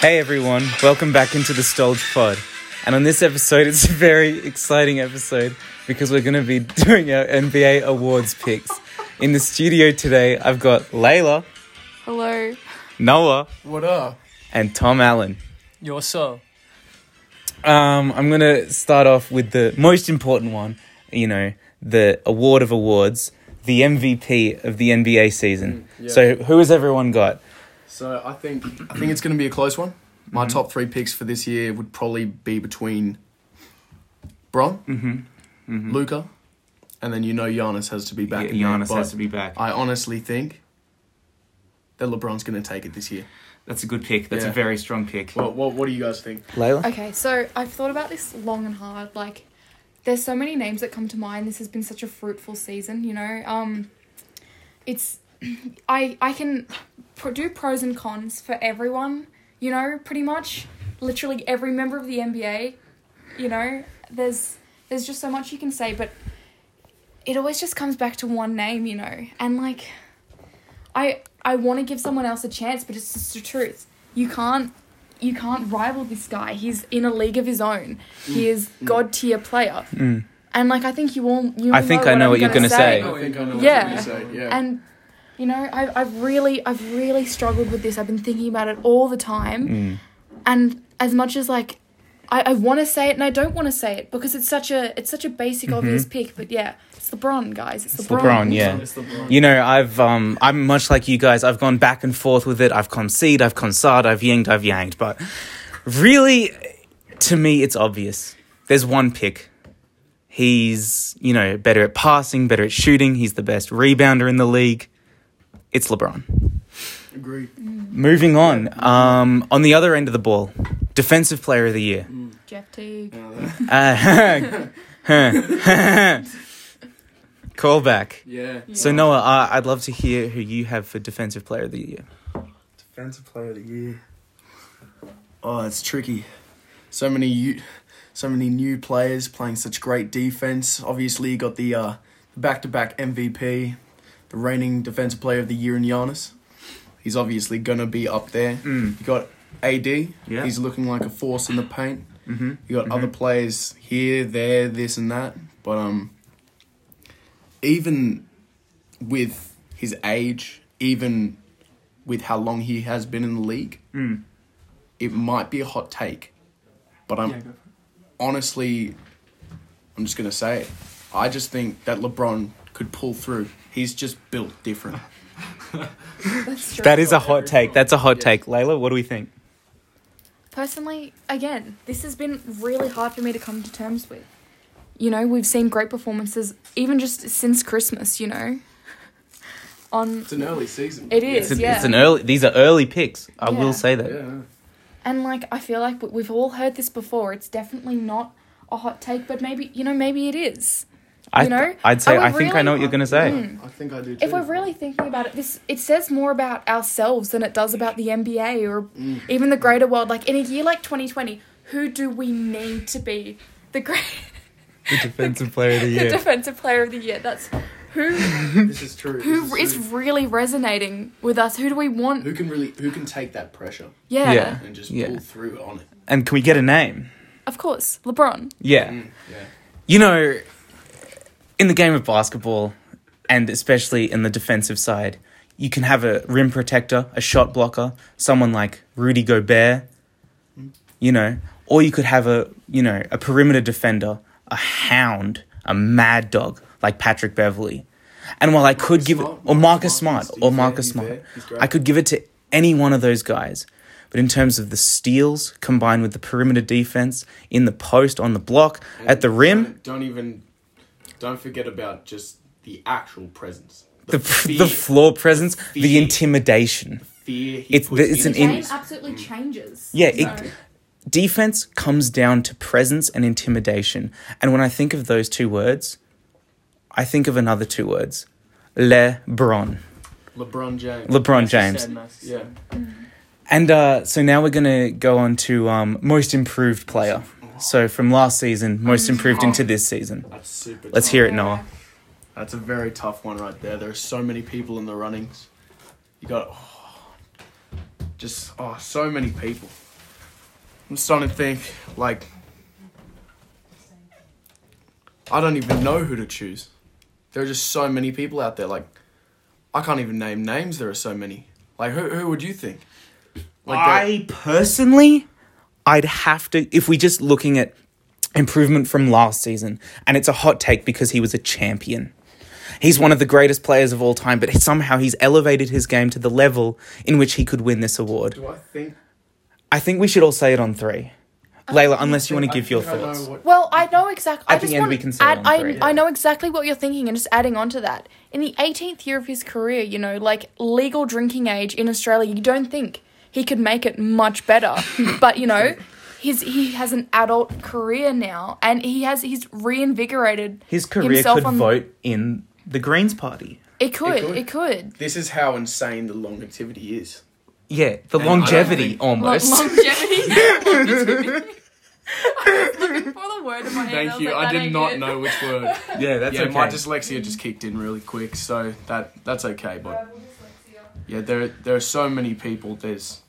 Hey everyone, welcome back into the Stolge Pod. And on this episode, it's a very exciting episode because we're going to be doing our NBA awards picks. In the studio today, I've got Layla, Hello. Noah, What up? and Tom Allen. Your so. Um, I'm going to start off with the most important one, you know, the award of awards, the MVP of the NBA season. Mm, yeah. So, who has everyone got? So I think I think it's going to be a close one. My top three picks for this year would probably be between Bron, Luca, and then you know Giannis has to be back. in there, but be back. I honestly think that LeBron's going to take it this year. That's a good pick. That's Yeah. a very strong pick. What, what What do you guys think? Layla? Okay, so I've thought about this long and hard. Like, there's so many names that come to mind. This has been such a fruitful season, you know. Um, it's I I can pro- do pros and cons for everyone, you know. Pretty much, literally every member of the NBA, you know. There's there's just so much you can say, but it always just comes back to one name, you know. And like, I I want to give someone else a chance, but it's just the truth. You can't you can't rival this guy. He's in a league of his own. He is god tier player. And like I think you all you. Mm. I all think know I know I'm what you're gonna gonna say. I think I know Yeah. what you're gonna say. Yeah. And you know I I've really I've really struggled with this. I've been thinking about it all the time. Mm. And as much as like. I, I want to say it and I don't want to say it because it's such a it's such a Mm-hmm. basic obvious pick, but yeah, it's LeBron guys. It's, LeBron. LeBron, yeah. It's LeBron. You know, I've um, I'm much like you guys. I've gone back and forth with it. I've conceded, I've conceded, I've yanged, I've yanked. But really, to me, it's obvious. There's one pick. He's you know better at passing, better at shooting. He's the best rebounder in the league. It's LeBron. Agree. Moving on. Um, on the other end of the ball, defensive player of the year. Jeff Teague. Uh, callback. Yeah. So Noah, uh, I'd love to hear who you have for defensive player of the year. Defensive player of the year. Oh, it's tricky. So many u- so many new players playing such great defense. Obviously, you got the uh, back-to-back MVP, the reigning defensive player of the year in Giannis. He's obviously gonna be up there. You got AD. Yeah. He's looking like a force in the paint. Mm-hmm. You got other players here, there, this, and that. But um, even with his age, even with how long he has been in the league, it might be a hot take, but I'm honestly, I'm just gonna say it. I just think that LeBron could pull through. He's just built different. That's true. That is a hot take. That's a hot take. Layla, what do we think? personally, again, this has been really hard for me to come to terms with. You know, we've seen great performances even just since Christmas, you know. On It's an early season. It is. It's, an, Yeah. it's an early. These are early picks. I Yeah. will say that. Yeah. and like I feel like we- we've all heard this before. It's definitely not a hot take, but maybe, you know, maybe it is. I, You know, I'd say. are we I think I know what really- mm. you're gonna say. I think I do. If we're really thinking about it, this it says more about ourselves than it does about the NBA or even the greater world. Like in a year like 2020, who do we need to be the great The defensive player of the the defensive player of the year? That's who this is true. who is really resonating with us? Who do we want? who can really who can take that pressure yeah, Yeah. and just Yeah. pull through on it? And can we get a name? of course, LeBron. Yeah. Yeah. You know, in the game of basketball, and especially in the defensive side, you can have a rim protector, a shot blocker, someone like Rudy Gobert, you know, or you could have a, you know, a perimeter defender, a hound, a mad dog like Patrick Beverly. And while I could give it, Smart, or Marcus Marcus Smart, Smart, or he's Marcus there, he's Smart, there, he's great. I could give it to any one of those guys. But in terms of the steals combined with the perimeter defense, in the post, on the block, at the rim, Don't, don't even don't forget about just the actual presence. the, fear, the floor presence, the fear. intimidation. fear he It's- puts it's an into in- Game his- absolutely changes. Yeah, it, defense comes down to presence and intimidation. And when I think of those two words, I think of another two words LeBron. LeBron James. LeBron James. yeah. And uh, so now we're going to go on to um, most improved player. So from last season, most improved into this season. That's super. Let's tough. hear it, Noah. That's a very tough one right there. There are so many people in the runnings. You got oh, just oh, so many people. I'm starting to think like I don't even know who to choose. There are just so many people out there. Like I can't even name names. There are so many. Like who who would you think? there- I personally, I'd have to if we just looking at improvement from last season, and it's a hot take because he was a champion. He's one of the greatest players of all time, but somehow he's elevated his game to the level in which he could win this award. do I think? I think we should all say it on three. Layla, unless you want to give your I know thoughts. what- Well, I know exactly. I At the just end, want we can to say add. on I, three, I know exactly what you're thinking, and just adding on to that. In the 18th year of his career, you know, like legal drinking age in Australia, you don't think he could make it much better, but you know, his he has an adult career now, and he has he's reinvigorated His career himself could on- vote in the Greens Party. It could, could. it could. This is how insane the longevity is. Yeah, the I don't longevity think- Lo- almost. longevity. Longevity. I was looking for the word in my head. Thank was you. like, I "That did ain't not good." know which word. yeah, that's yeah, okay. my dyslexia just kicked in really quick, so that that's okay. But Rival dyslexia. yeah, there there are so many people. There's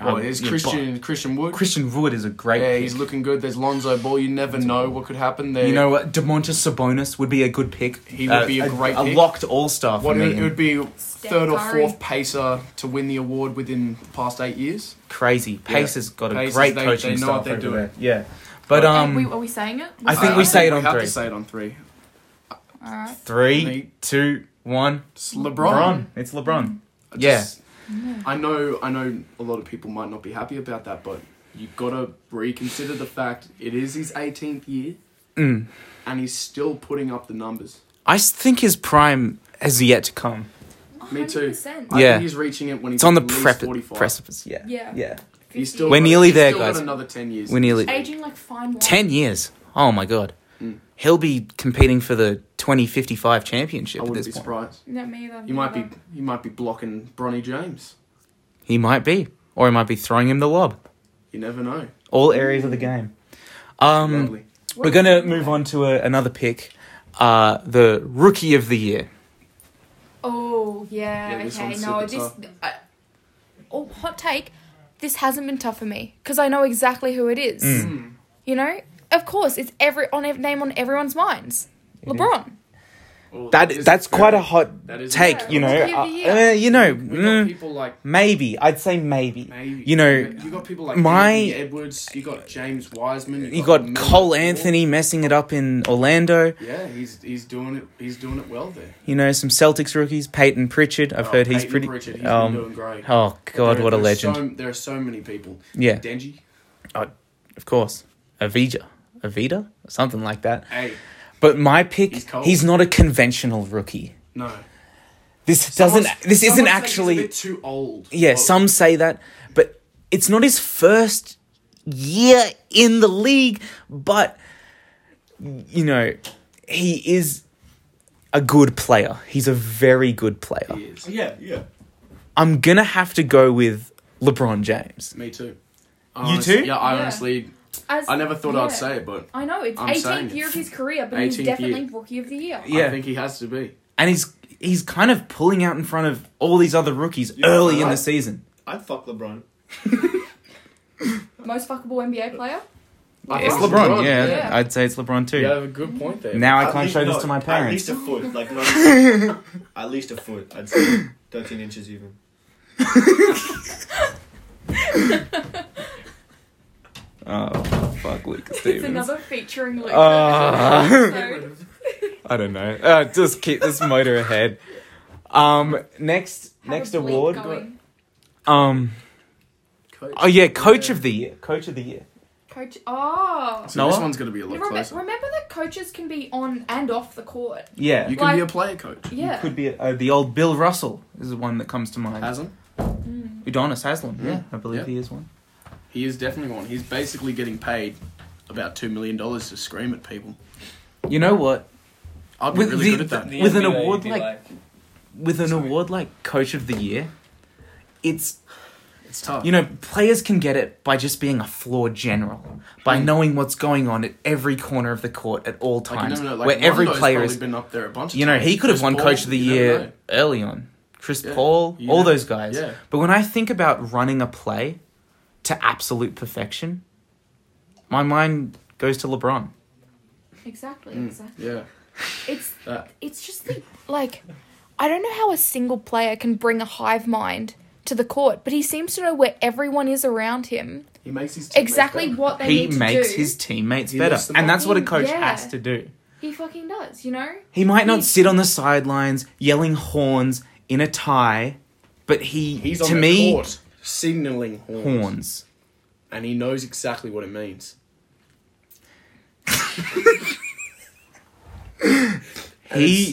Um, well, there's yeah, Christian Christian Wood. Christian Wood is a great. yeah, pick. he's looking good. There's Lonzo Ball. You never know what could happen. There, You know what? Demontis Sabonis would be a good pick. Uh, He would be a great a pick. locked all star for what me. it, it would be third or Curry. fourth pacer to win the award within the past eight years. Crazy. Pace has got a Pace is- great they- coaching they know staff what they're over doing. there. Yeah, but Are um, we, are we saying it? I think we Alright. say it on Uh, we have three. to say it on three. Alright. three, They- two, one. It's LeBron. LeBron. It's LeBron. I Yeah. just- I know. I know. A lot of people might not be happy about that, but you gotta reconsider the fact it is his 18th year, Mm. and he's still putting up the numbers. I s- think his prime has yet to come. Me too. 100%. I Yeah. think he's reaching it when he's It's on the at least prep- 45. precipice. Yeah. Yeah. Yeah. He's still We're got- nearly he's there, still got guys. another 10 years. We're nearly Aging like fine wine. ten years. Oh my god. He'll be competing for the 2055 championship I at wouldn't this be point. surprised. Not me either. You might be you might be blocking Bronny James. He might be, or he might be throwing him the lob. You never know. All areas of the game. Um, Lovely. We're going to move on to a, another pick, uh, the rookie of the year. Oh yeah. Yeah, this okay. one's No, super this. I, oh, hot take. This hasn't been tough for me because I know exactly who it is. Mm. You know, of course, it's every on ev- name on everyone's minds. LeBron. Well, That is that's fair. quite a hot That is take, fair. you know. Rookie Uh, of the year. uh, you know, We got mm, people like maybe I'd say maybe. maybe You know, you got people like my- Anthony Edwards. You got James Wiseman. you got Melo Cole Ball. Anthony messing it up in Orlando. Yeah, he's he's doing it. He's doing it well there. You know, some Celtics rookies, Peyton Pritchard. I've Oh, heard he's Peyton pretty. Pritchard, he's um, been doing great. oh God, There- what a there are so- legend! there are so many people. yeah, Denji. of course, Avija, Avita, something like that. Hey, But my pick, He's cold. he's not a conventional rookie. no. This Someone- doesn't. This someone isn't said he's actually. a bit too old. Yeah, Well, some say that, but it's not his first year in the league, but you know, he is a good player. He's a very good player. he Oh, is. Yeah, yeah. I'm going to have to go with LeBron James. Me too. You I honest- too? Yeah, I Yeah. honestly, As- I never thought yeah. I'd say it, but I know it's I'm saying 18th it. year of his career, but he's 18th definitely year. rookie of the year. Yeah. I think he has to be. And he's he's kind of pulling out in front of all these other rookies early in the right. season. I'd fuck LeBron. Most fuckable NBA player. I It's think LeBron, yeah, Yeah. I'd say it's LeBron too. You have a good point there. Now I At can't least- show this no, to my At parents. least a foot, like not, at least a foot. I'd say thirteen inches even. Oh, fuck Luke It's another featuring Luke. Ah. episode. I don't know. Uh, just keep this motor ahead. Um, next Have next a bleep award. going. Um, Coach. oh yeah, coach of the year. Coach of the year. Coach. Oh. So this Noah? one's going to be a lot Remem- closer. remember that coaches can be on and off the court. Yeah, You you can be Like- a player coach. Yeah. could be uh, the old Bill Russell is the one that comes to mind. Hasn't Udonis Haslam. Yeah, Yeah. I believe Mm-hmm. Yeah. he is one. he is definitely one. He's basically getting paid about two million dollars to scream at people. You know what? I'd be With really the- good at that. the- With an NBA, award, like- With an award like coach of the year, it's it's tough. you know players can get it by just being a floor general, by knowing what's going on at every corner of the court at all Hmm. like, you times, never know. Like, where every Lonzo's player probably is. been up there a bunch. Of You know, times. he could have Chris won Paul, Coach of the you never know. Year early on. Chris Yeah. Paul, You all never- those guys. yeah. But when I think about running a play, to absolute perfection, my mind goes to LeBron. Exactly, Mm, exactly. Yeah. It's Uh. That. it's just the, like I don't know how a single player can bring a hive mind to the court, but he seems to know where everyone is around him, He makes his teammates exactly better. what they He need to makes do. his teammates He better, lifts them and up. that's what a coach Yeah. has to do. He fucking does, you know. He might not He- sit on the sidelines yelling horns in a tie, but he He's on to the me court signaling horns, horns. and he knows exactly what it means. He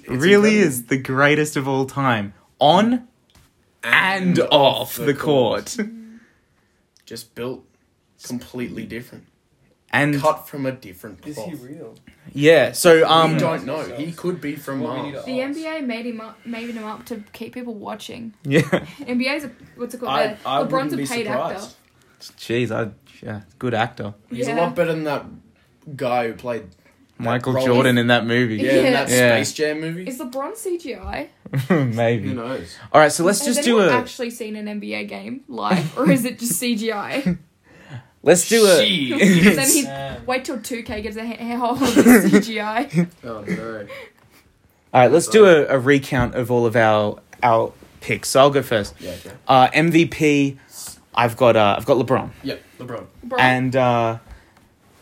it's really incredible. is the greatest of all time on and off the court. Just built completely different, And cut from a different cloth. real? yeah, so we um don't know. He could be from What we Mars. need to- The NBA made him up, made him up to keep people watching. yeah. NBA's a what's it called? I, I LeBron's wouldn't a be paid surprised. actor. Jeez, I yeah, good actor. He's yeah. a lot better than that guy who played that Michael role. Jordan in that movie. Yeah, in that Yeah. Space Jam movie. Is LeBron CGI? Maybe. Who knows? All right, so let's just Has do anyone a actually seen an NBA game live, or is it just CGI? let's do a then he wait Um, till 2K gives a ha- hair hole of the CGI. Oh no. All right, let's do a, a recount of all of our our picks. So I'll go first. Yeah. Okay. Uh, MVP, I've got uh, I've got LeBron, Yeah. LeBron. Bro, and uh,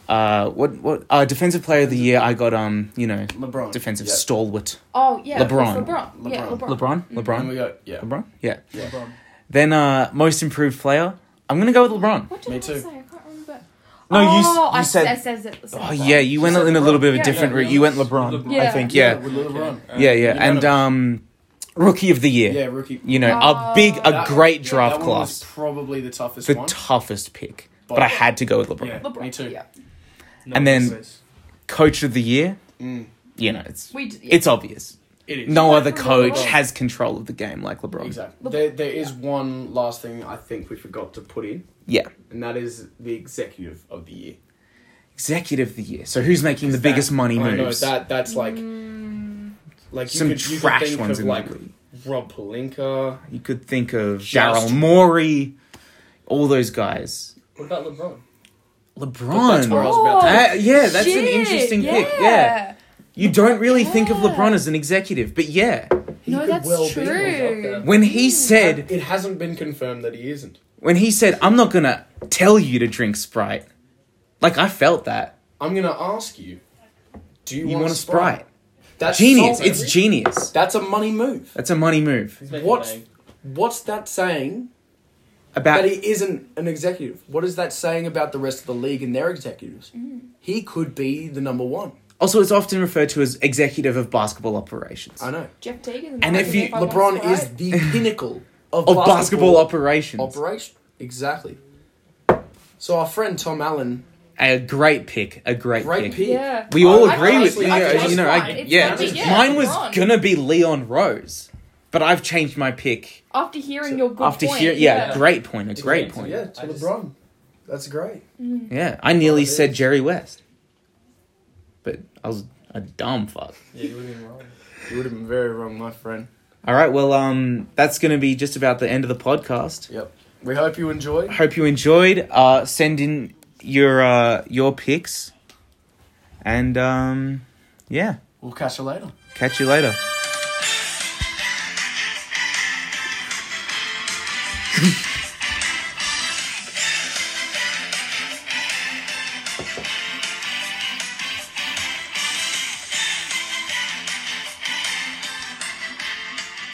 uh, what what uh, defensive player of the year? I got um, you know, LeBron. defensive yeah. stalwart. oh yeah, it's LeBron. LeBron, yeah, LeBron. LeBron, LeBron, And LeBron, we go. Yeah. LeBron. Yeah. Yeah. LeBron. Then uh, most improved player, I'm gonna go with LeBron. What did Me I too. say? I can't remember. No, you s- oh, you I said- I said it. I said Oh LeBron. yeah, you went said in a little bit of a LeBron. different Yeah, route. You went LeBron, LeBron. I Yeah. think. Yeah, with LeBron. yeah, yeah. And um, rookie of the year. yeah, rookie. You know, a Oh. big, a That- great yeah, draft that one was class. probably the toughest the one. toughest pick, but, But- I had to go with LeBron. yeah, LeBron. me too. Yeah. And then- Coach of the year, Mm, you know, it's We. d- Yeah. it's obvious. it is. No Yeah, other from coach LeBron. has control of the game like LeBron. Exactly. There, there is one last thing I think we forgot to put in, Yeah, and that is the executive of the year. executive of the year. So who's making the That- biggest money I know, moves? that that's like Mm, like you Some could, you could trash think ones of in like that league. Rob Palinka. You could think of Just- Daryl Morey, all those guys. What about LeBron? LeBron. that's where I was about Oh. to. Uh, yeah, that's an shit, interesting pick. Yeah, you don't really think of Yeah. LeBron as an executive, but yeah, He No, could that's well be. true. when he said It hasn't been confirmed that he isn't. when he said, "I'm not gonna tell you to drink Sprite," like I felt that. I'm gonna ask you. Do you, You, want, want a Sprite? That's Genius! solid. It's genius. That's a money move. That's a money move. making What's bank. what's that saying? About that he isn't an executive. What is that saying about the rest of the league and their executives? He could be the number one. also, it's often referred to as executive of basketball operations. I know. Jeff Teagan. And if you- I want LeBron Sprite. is the pinnacle of, Of basketball, operations, operation. Exactly. So our friend Tom Allen, a great pick. A great, great pick. pick. Yeah. We all I agree with honestly- you. I know, think you know, it's I, fine. It's yeah. gotta be- yeah, Mine was LeBron. gonna be Leon Rose, but I've changed my pick after hearing your good after point, hearing. Yeah, yeah. great point. A great Yeah, point. Yeah, Yeah, to I just- LeBron. That's great. I nearly it is. said Jerry West, but I was a dumb fuck. Yeah, you would have been wrong. You would have been very wrong, my friend. All right, well, um, that's going to be just about the end of the podcast. Yep. We hope you enjoy. Hope you enjoyed. Uh, send in your uh, your picks, and um, yeah, We'll catch you later. catch you later.